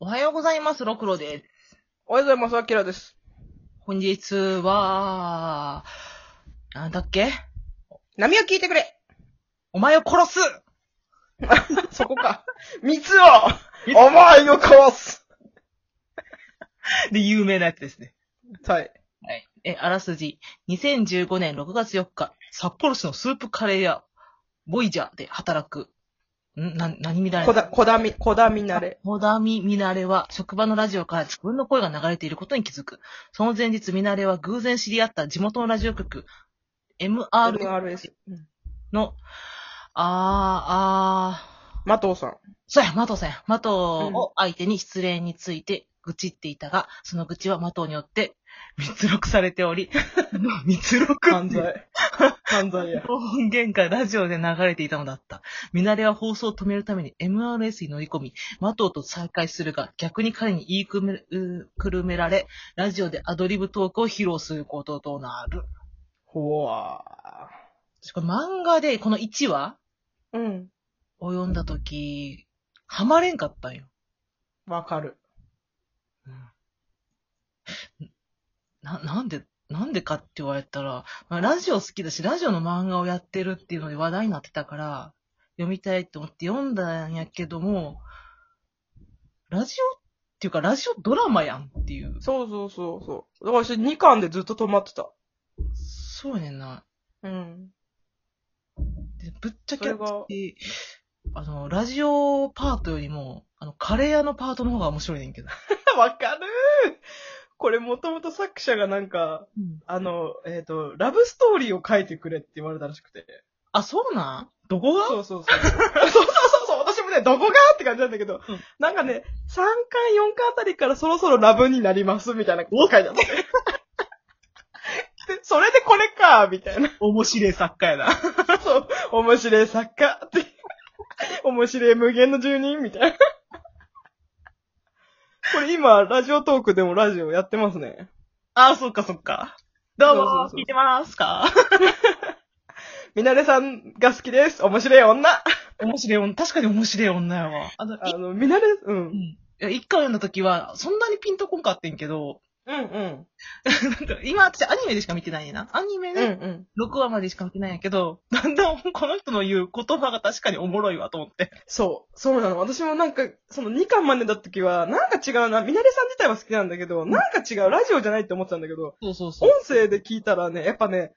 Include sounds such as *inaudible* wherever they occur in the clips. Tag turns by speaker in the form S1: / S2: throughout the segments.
S1: おはようございます、ろくろです。
S2: おはようございます、アキラです。
S1: 本日は、なんだっけ
S2: 波を聞いてくれ *laughs*
S1: お前を殺す
S2: そこか。蜜をお前をかわす
S1: で、有名なやつですね。
S2: はい。
S1: はい。え、あらすじ。2015年6月4日、札幌市のスープカレー屋、ボイジャーで働く。んな、何見られ
S2: こだ、こだみ、こだみなれ。
S1: モダミミナレは職場のラジオから自分の声が流れていることに気づく。その前日ミナレは偶然知り合った地元のラジオ局 MR
S2: RS。うん
S1: の、あー、あー、
S2: マトウさん。
S1: そうや、マトさんや。マトを相手に失恋について愚痴っていたが、その愚痴はマトによって密録されており、 *laughs* 密録
S2: 犯 *laughs* 罪。犯罪や。
S1: 音源がラジオで流れていたのだった。ミナレは放送を止めるために MRS に乗り込み、マトウと再会するが、逆に彼に言いくめうくるめられ、ラジオでアドリブトークを披露することとなる。
S2: ほわ
S1: 私これ漫画でこの1話
S2: ーうん。
S1: を読んだとき、ハマれんかったんよ。
S2: わかる。
S1: な、なんで、なんでかって言われたら、まあラジオ好きだし、ラジオの漫画をやってるっていうので話題になってたから、読みたいと思って読んだんやけども、ラジオっていうか、ラジオドラマやんっていう。
S2: そうそうそうそう。だから私2巻でずっと止まってた。
S1: そうやねんな。
S2: うん。
S1: でぶっちゃけ
S2: それが、
S1: あの、ラジオパートよりも、あの、カレー屋のパートの方が面白いねんけど。
S2: わかるーこれもともと作者がなんか、あの、えっ、と、ラブストーリーを書いてくれって言われたらしくて。
S1: あ、そうなんどこが
S2: そうそうそう。そうそうそうそう。私もね、どこがって感じなんだけど、
S1: うん
S2: なんかね、3巻、4巻あたりからそろそろラブになります、みたいなこと書いてあって。でそれでこれか、みたいな。
S1: 面白い作家やな。
S2: そう、面白い作家って。面白い無限の住人みたいな。これ今、ラジオトークでもラジオやってますね。
S1: あ、そっかそっか。どうも
S2: そうそうそう
S1: 聞いてますか
S2: みなれさんが好きです。面白い女。
S1: 面白い女、確かに面白い女やわ。あの、
S2: あ
S1: い
S2: の、みなれ、う
S1: うん
S2: ん。
S1: いや一回読んだ時は、そんなにピンとこんかってんけど、 *laughs*
S2: うんうん。
S1: なんか今私アニメでしか見てないんやな。アニメ
S2: うんう
S1: で
S2: ん。
S1: 6話までしか見てないんやけど、 *laughs* だんだんこの人の言う言葉が確かにおもろいわと思って。
S2: そう、そうなの。私もなんか、その2巻までだった時は、なんか違うな。みなれさん自体は好きなんだけど、なんか違う。ラジオじゃないって思ってたんだけど、
S1: そうそうそ
S2: 音
S1: う。
S2: 声で聞いたらね、やっぱね、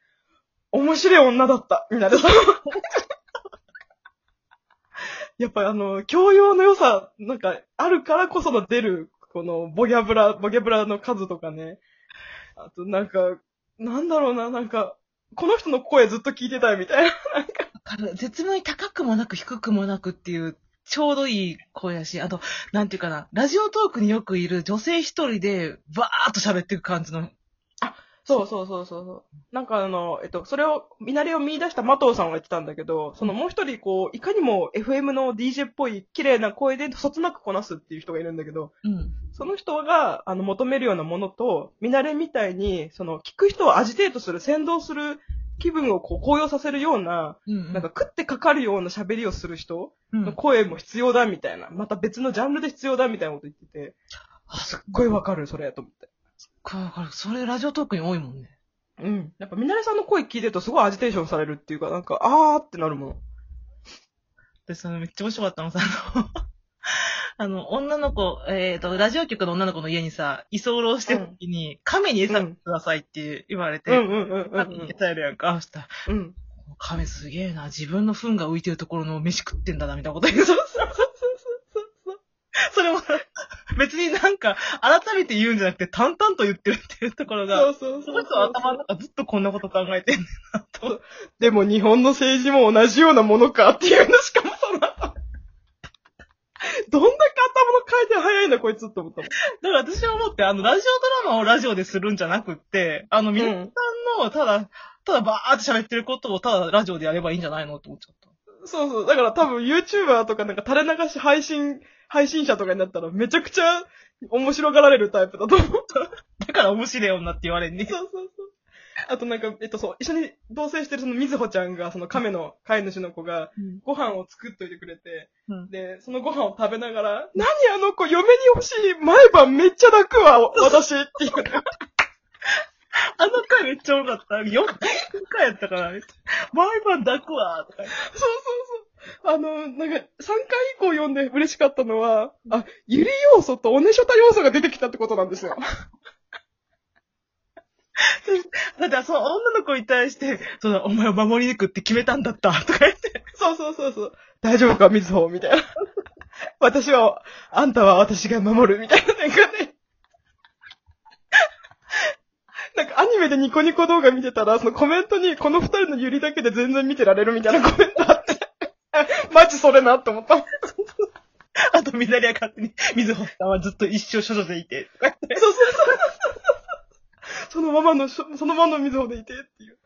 S2: 面白い女だった。みなれさん。 *laughs* やっぱあの、教養の良さ、なんか、あるからこその出る、この、ボギャブラ、ボギャブラの数とかね。あと、なんか、なんだろうな、なんか、この人の声ずっと聞いてたいみたいな。
S1: 絶妙に高くもなく低くもなくっていう、ちょうどいい声やし、あと、なんていうかな、ラジオトークによくいる女性一人で、バーっと喋っていく感じの、
S2: そうそうそうそうそう。なんかあの、えっと、それを、見慣れを見出したマトウさんは言ってたんだけど、そのもう一人こう、いかにも FM の DJ っぽい綺麗な声で、そつなくこなすっていう人がいるんだけど、
S1: うん。
S2: その人が、あの、求めるようなものと、見慣れみたいに、その、聞く人をアジテートする、先導する、気分をこう、高揚させるような、
S1: うん。
S2: なんか、食ってかかるような喋りをする人
S1: うん、
S2: の声も必要だみたいな、また別のジャンルで必要だみたいなこと言ってて、
S1: あ、すっ
S2: 声わかる、それ、と思って。
S1: ごいわかる。それラジオトークに多いもんね。
S2: うん。やっぱ、みなれさんの声聞いてるとすごいアジテーションされるっていうか、なんか、あーってなるもん。
S1: で、そのめっちゃ面白かったのさ、あの、 *laughs* あの、女の子、えっ、と、ラジオ局の女の子の家にさ、居候してる時に、亀に餌くださいって言われて、
S2: うんうんうんうんう
S1: 亀に
S2: ん。
S1: 餌やるやんか、あしたら。
S2: うん。
S1: 亀すげえな、自分の糞が浮いてるところの飯食ってんだな、みたいなこと言う。そうそうそうそうそう。それも、 *laughs* 別になんか、改めて言うんじゃなくて、淡々と言ってるっていうところ
S2: そ
S1: が、
S2: うそう
S1: そ
S2: そ
S1: の
S2: う
S1: 人は頭の中ずっとこんなこと考えてんねんな、と思って
S2: でも日本の政治も同じようなものかっていうのしかもその後。どんだけ頭の回転早いんだこいつって思った
S1: だ
S2: もん。
S1: から私は思って、あの、ラジオドラマをラジオでするんじゃなくって、あの、皆さんの、ただ、ただバーって喋ってることを、ただラジオでやればいいんじゃないのって思っちゃった。
S2: そうそう。だから多分 YouTuber とかなんか垂れ流し配信、配信者とかになったらめちゃくちゃ面白がられるタイプだと思う。
S1: だから面白い女って言われんね。
S2: そうそうそう。あとなんか、えっとそう、一緒に同棲してるそのみずほちゃんが、その亀の飼い主の子が、
S1: うん
S2: ご飯を作っといてくれて、
S1: うん
S2: で、そのご飯を食べながら、何あの子、嫁に欲しい毎晩めっちゃ泣くわ、私っていう。
S1: あの回めっちゃ多かった。4回やったから、めっちゃ毎晩抱くわ、とか言って。
S2: そうそうそう。あの、なんか、3回以降読んで嬉しかったのは、あ、ゆり要素とおねしょた要素が出てきたってことなんですよ。
S1: だって、その女の子に対して、その、お前を守り抜くって決めたんだった、とか言って。
S2: そうそうそうそう。大丈夫か、みずほ、みたいな。 *laughs* 私は、あんたは私が守る、みたいな。なんかね。 *laughs* なんかアニメでニコニコ動画見てたら、そのコメントに、この二人のゆりだけで全然見てられるみたいなコメントあって。 *laughs* マジそれなって思った。
S1: あと、みなりは勝手に、水穂さんはずっと一生処女でいて、とか言って。
S2: そうそうそう。 *laughs* そのままの、そのままのみずほでいてっていう。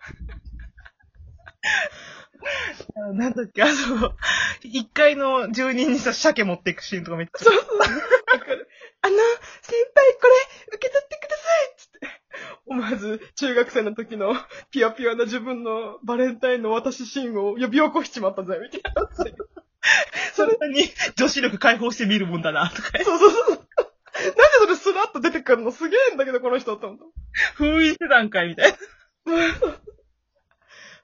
S1: なんだっけ、あの、一階の住人にさ、鮭持っていくシーンとかめっちゃ。
S2: そうそう。わかる。あの、先輩これ、受け取ってくださいつって。思わず、中学生の時の、ピアピアな自分のバレンタインの私シーンを呼び起こしちまったぜ、みたいな。
S1: それに、女子力解放してみるもんだな、とか。
S2: *laughs* そうそうそう。なんでそれスラッと出てくるのすげえんだけど、この人と思った。
S1: 封印してたんかい、みたいな。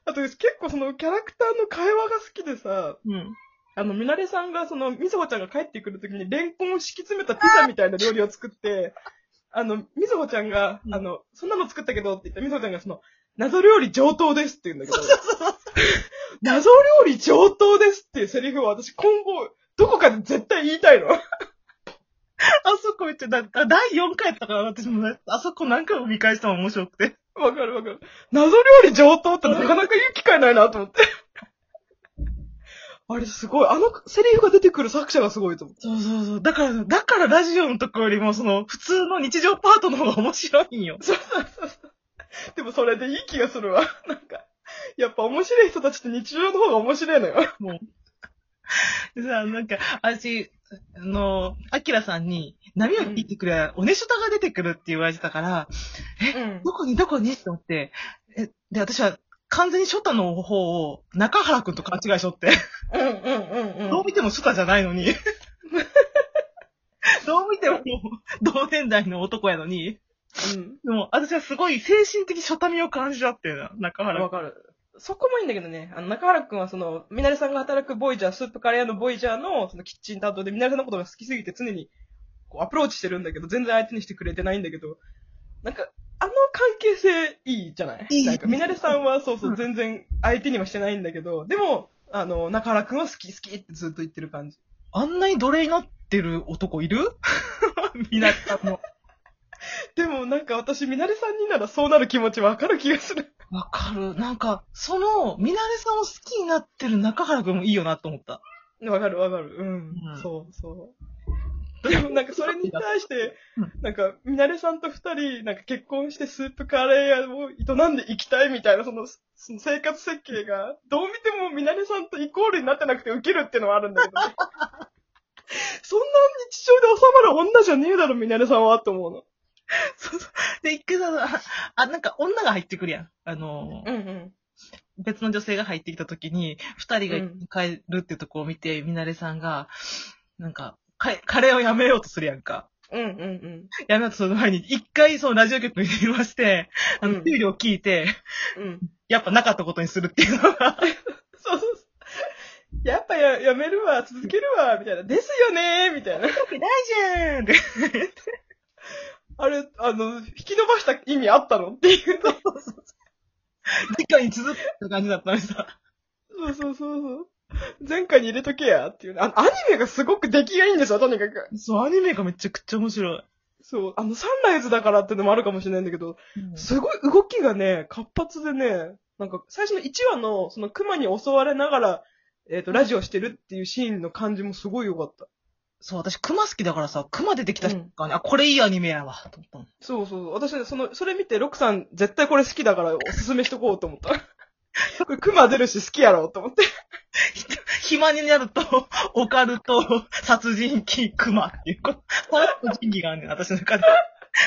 S2: あと、結構そのキャラクターの会話が好きでさ、
S1: うん。
S2: あの、みなれさんがその、みずほちゃんが帰ってくる時に、レンコンを敷き詰めたピザみたいな料理を作って、 *laughs* あの、みずほちゃんが、
S1: うん
S2: あの、そんなの作ったけどって言ったら、みずほちゃんがその、謎料理上等ですって言うん
S1: *laughs*
S2: だけど、謎料理上等ですっていうセリフを私今後、どこかで絶対言いたいの。
S1: あそこめっちゃ、だだ第4回やったから、私もね、あそこ何回も見返したの面白くて。
S2: わかるわかる。謎料理上等ってなかなか言う機会ないなと思って。あれすごい。あのセリフが出てくる作者がすごいと思う。
S1: そうそうそう。だから、だからラジオのとこよりも、その、普通の日常パートの方が面白いんよ。
S2: でもそれでいい気がするわ。 *laughs* なんか、やっぱ面白い人たちって日常の方が面白いのよ。
S1: もう。 *laughs* でさ、なんか、私、あの、アキラさんに、波を聞いてくれ、おねしょたが出てくるって言われてたから、
S2: うん
S1: どこにどこにって思って、え、で、私は、完全にショタの方を中原くんと勘違いしとって、
S2: うんうんうん
S1: どう見てもショタじゃないのに、 *laughs* どう見ても同年代の男やのに、
S2: う
S1: でも私はすごい精神的ショタ味を感じたっていうな、中
S2: ん。
S1: 原
S2: わ
S1: 君
S2: かる。そこもいいんだけどね、あの、中原くんはその、みなりさんが働くボイジャー、スープカレー屋のボイジャーの、そのキッチン担当で、みなりさんのことが好きすぎて常に、こう、アプローチしてるんだけど、全然相手にしてくれてないんだけど、なんか、あの関係性いいじゃない
S1: いい
S2: なんか、みなりさんは、そうそうう、
S1: ん
S2: 全然相手にはしてないんだけど、でも、あの、中原くんは好き好きってずっと言ってる感じ。
S1: あんなに奴隷になってる男いる *laughs* みなりさんの。
S2: でも、なんか私、みなりさんにならそうなる気持ちわかる気がする。 *laughs*
S1: わかる。なんか、その、みなれさんを好きになってる中原くんもいいよなと思った。
S2: わかるわかる。うん。
S1: うん
S2: そうそう。でもなんかそれに対して
S1: うん、
S2: なんか、みなれさんと二人、なんか結婚してスープカレー屋を営んでいきたいみたいな、その、その生活設計が、どう見てもみなれさんとイコールになってなくてウケるっていうのはあるんだけど、 *laughs* ね、そんな日常で収まる女じゃねえだろ、みなれさんはって思うの。
S1: そうそう。で、一回さ、あ、なんか女が入ってくるやん。あの、
S2: うんうん。
S1: 別の女性が入ってきた時に、二人が
S2: うん
S1: 帰るってとこを見て、みなれさんが、なんか、カカレーをやめようとするやんか。
S2: うんうんうん。
S1: やめようとする前に、一回そのラジオ局に電話して、あ
S2: う
S1: の、
S2: ん
S1: 給料聞いて、
S2: うん。
S1: やっぱなかったことにするっていうのが、
S2: そうそうそう。やっぱややめるわ、続けるわ、みたいな。ですよねー、みたいな。
S1: 大じゃんって
S2: あれ、あの、引き伸ばした意味あったのっていうの。
S1: 次回に続くって感じだったのにさ。
S2: そうそうそうそう。前回に入れとけや、っていうね。あの、アニメがすごく出来がいいんですよ、とにかく。
S1: そう、アニメがめちゃくちゃ面白い。
S2: そう、あの、サンライズだからってのもあるかもしれないんだけど、すごい動きがね、活発でね、なんか、最初の1話の、その、熊に襲われながら、えっ、と、ラジオしてるっていうシーンの感じもすごい良かった。
S1: そう、私、熊好きだからさ、熊出てきた瞬間に、あ、これいいアニメやわ、と思ったの。
S2: そうそうそう。私ね、その、それ見て、ロクさん絶対これ好きだからおすすめしとこうと思 *laughs* った。これ、熊出るし好きやろ、と思って。
S1: 暇になると、 *laughs* オカルト、殺人鬼、熊っていう、この、三つの神器があんねん、私の中で。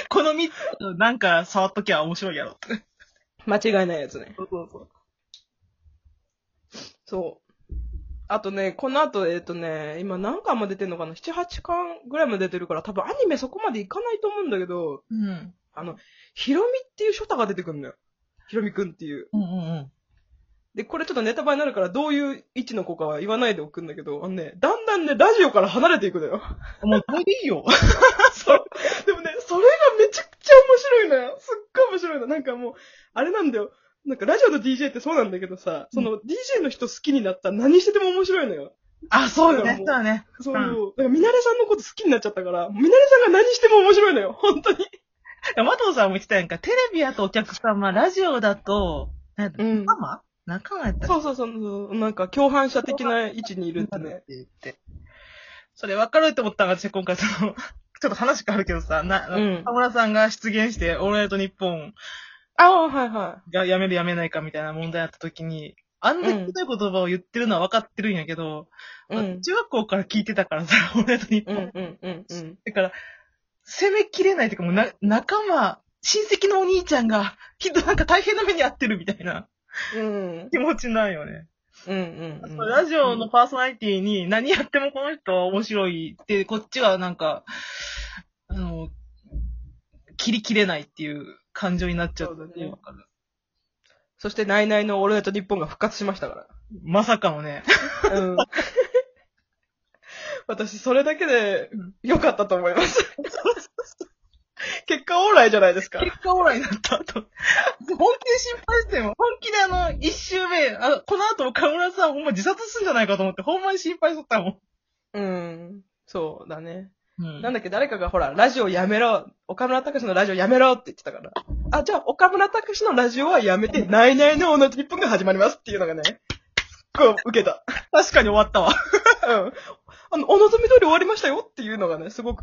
S1: この三つ、なんか触っときゃ面白いやろ。
S2: 間違いないやつね。
S1: そうそうそう。
S2: そう。あとね、この後、えっ、とね、今何巻も出てんのかな ?7、8巻ぐらいも出てるから、多分アニメそこまでいかないと思うんだけど、
S1: うん。
S2: あの、ヒロミっていうショタが出てくるのよ。ヒロミくんっていう。
S1: うんうんうん。
S2: で、これちょっとネタバレになるから、どういう位置の子かは言わないでおくんだけど、あのね、だんだんね、ラジオから離れていくのよ。
S1: もう、これでいい *laughs* よ。
S2: そう。でもね、それがめちゃくちゃ面白いのよ。すっごい面白いの。なんかもう、あれなんだよ。なんかラジオの DJ ってそうなんだけどさ、その DJ の人好きになったら何してても面白いのよ。
S1: あ、そうよね。
S2: そ
S1: そううだね。
S2: そう。
S1: う
S2: だ
S1: ん
S2: からミナレさんのこと好きになっちゃったから、ミナレさんが何しても面白いのよ。本当に。
S1: マトさんも言ってたやんか、テレビやとお客様、ラジオだと、なんだ
S2: うん
S1: 仲間仲間やったら
S2: そうそうそうそう。なんか共犯者的な位置にいるってね
S1: っ。て言って。それ分かるって思ったのが私今回その、 *laughs* ちょっと話変わるけどさ、な、
S2: うん
S1: 田村さんが出現して、オールナイトニッポン
S2: ああ、はいは
S1: が辞める辞めないかみたいな問題あった時に、あんなひどい言葉を言ってるのは分かってるんやけど、
S2: い。うん。
S1: 中学校から聞いてたからさ、 *laughs* オールナイトニッポ
S2: う
S1: ン。
S2: んうんうんうん。
S1: だから、攻めきれないというかもうな、仲間、親戚のお兄ちゃんが、きっとなんか大変な目に遭ってるみたいな
S2: うん。
S1: 気持ちないよね。
S2: うんうん。
S1: ラジオのパーソナリティに何やってもこの人は面白いって、こっちはなんか、あの、切り切れないっていう感情になっちゃう
S2: そうだね
S1: わかる
S2: そして、ナイナイのオールナイト日本が復活しましたから。
S1: まさかもね。
S2: うん *laughs* 私、それだけで
S1: うん
S2: 良かったと思います。 *laughs* 結果オーライじゃないですか。
S1: 結果オーライになった後。本気で心配してよ。本気であの、一周目、あこの後岡村さんほんま自殺するんじゃないかと思って、ほんまに心配しとったも
S2: うん。そうだね。
S1: ん。うん
S2: なんだっけ、誰かがほら、ラジオやめろ。岡村隆史のラジオやめろって言ってたから。あ、じゃあ、岡村隆史のラジオはやめて、ナイナイのオールナイト日本が始まりますっていうのがね、すっごい受けた。
S1: 確かに終わったわ。
S2: うん。あの、お望み通り終わりましたよっていうのがね、すごく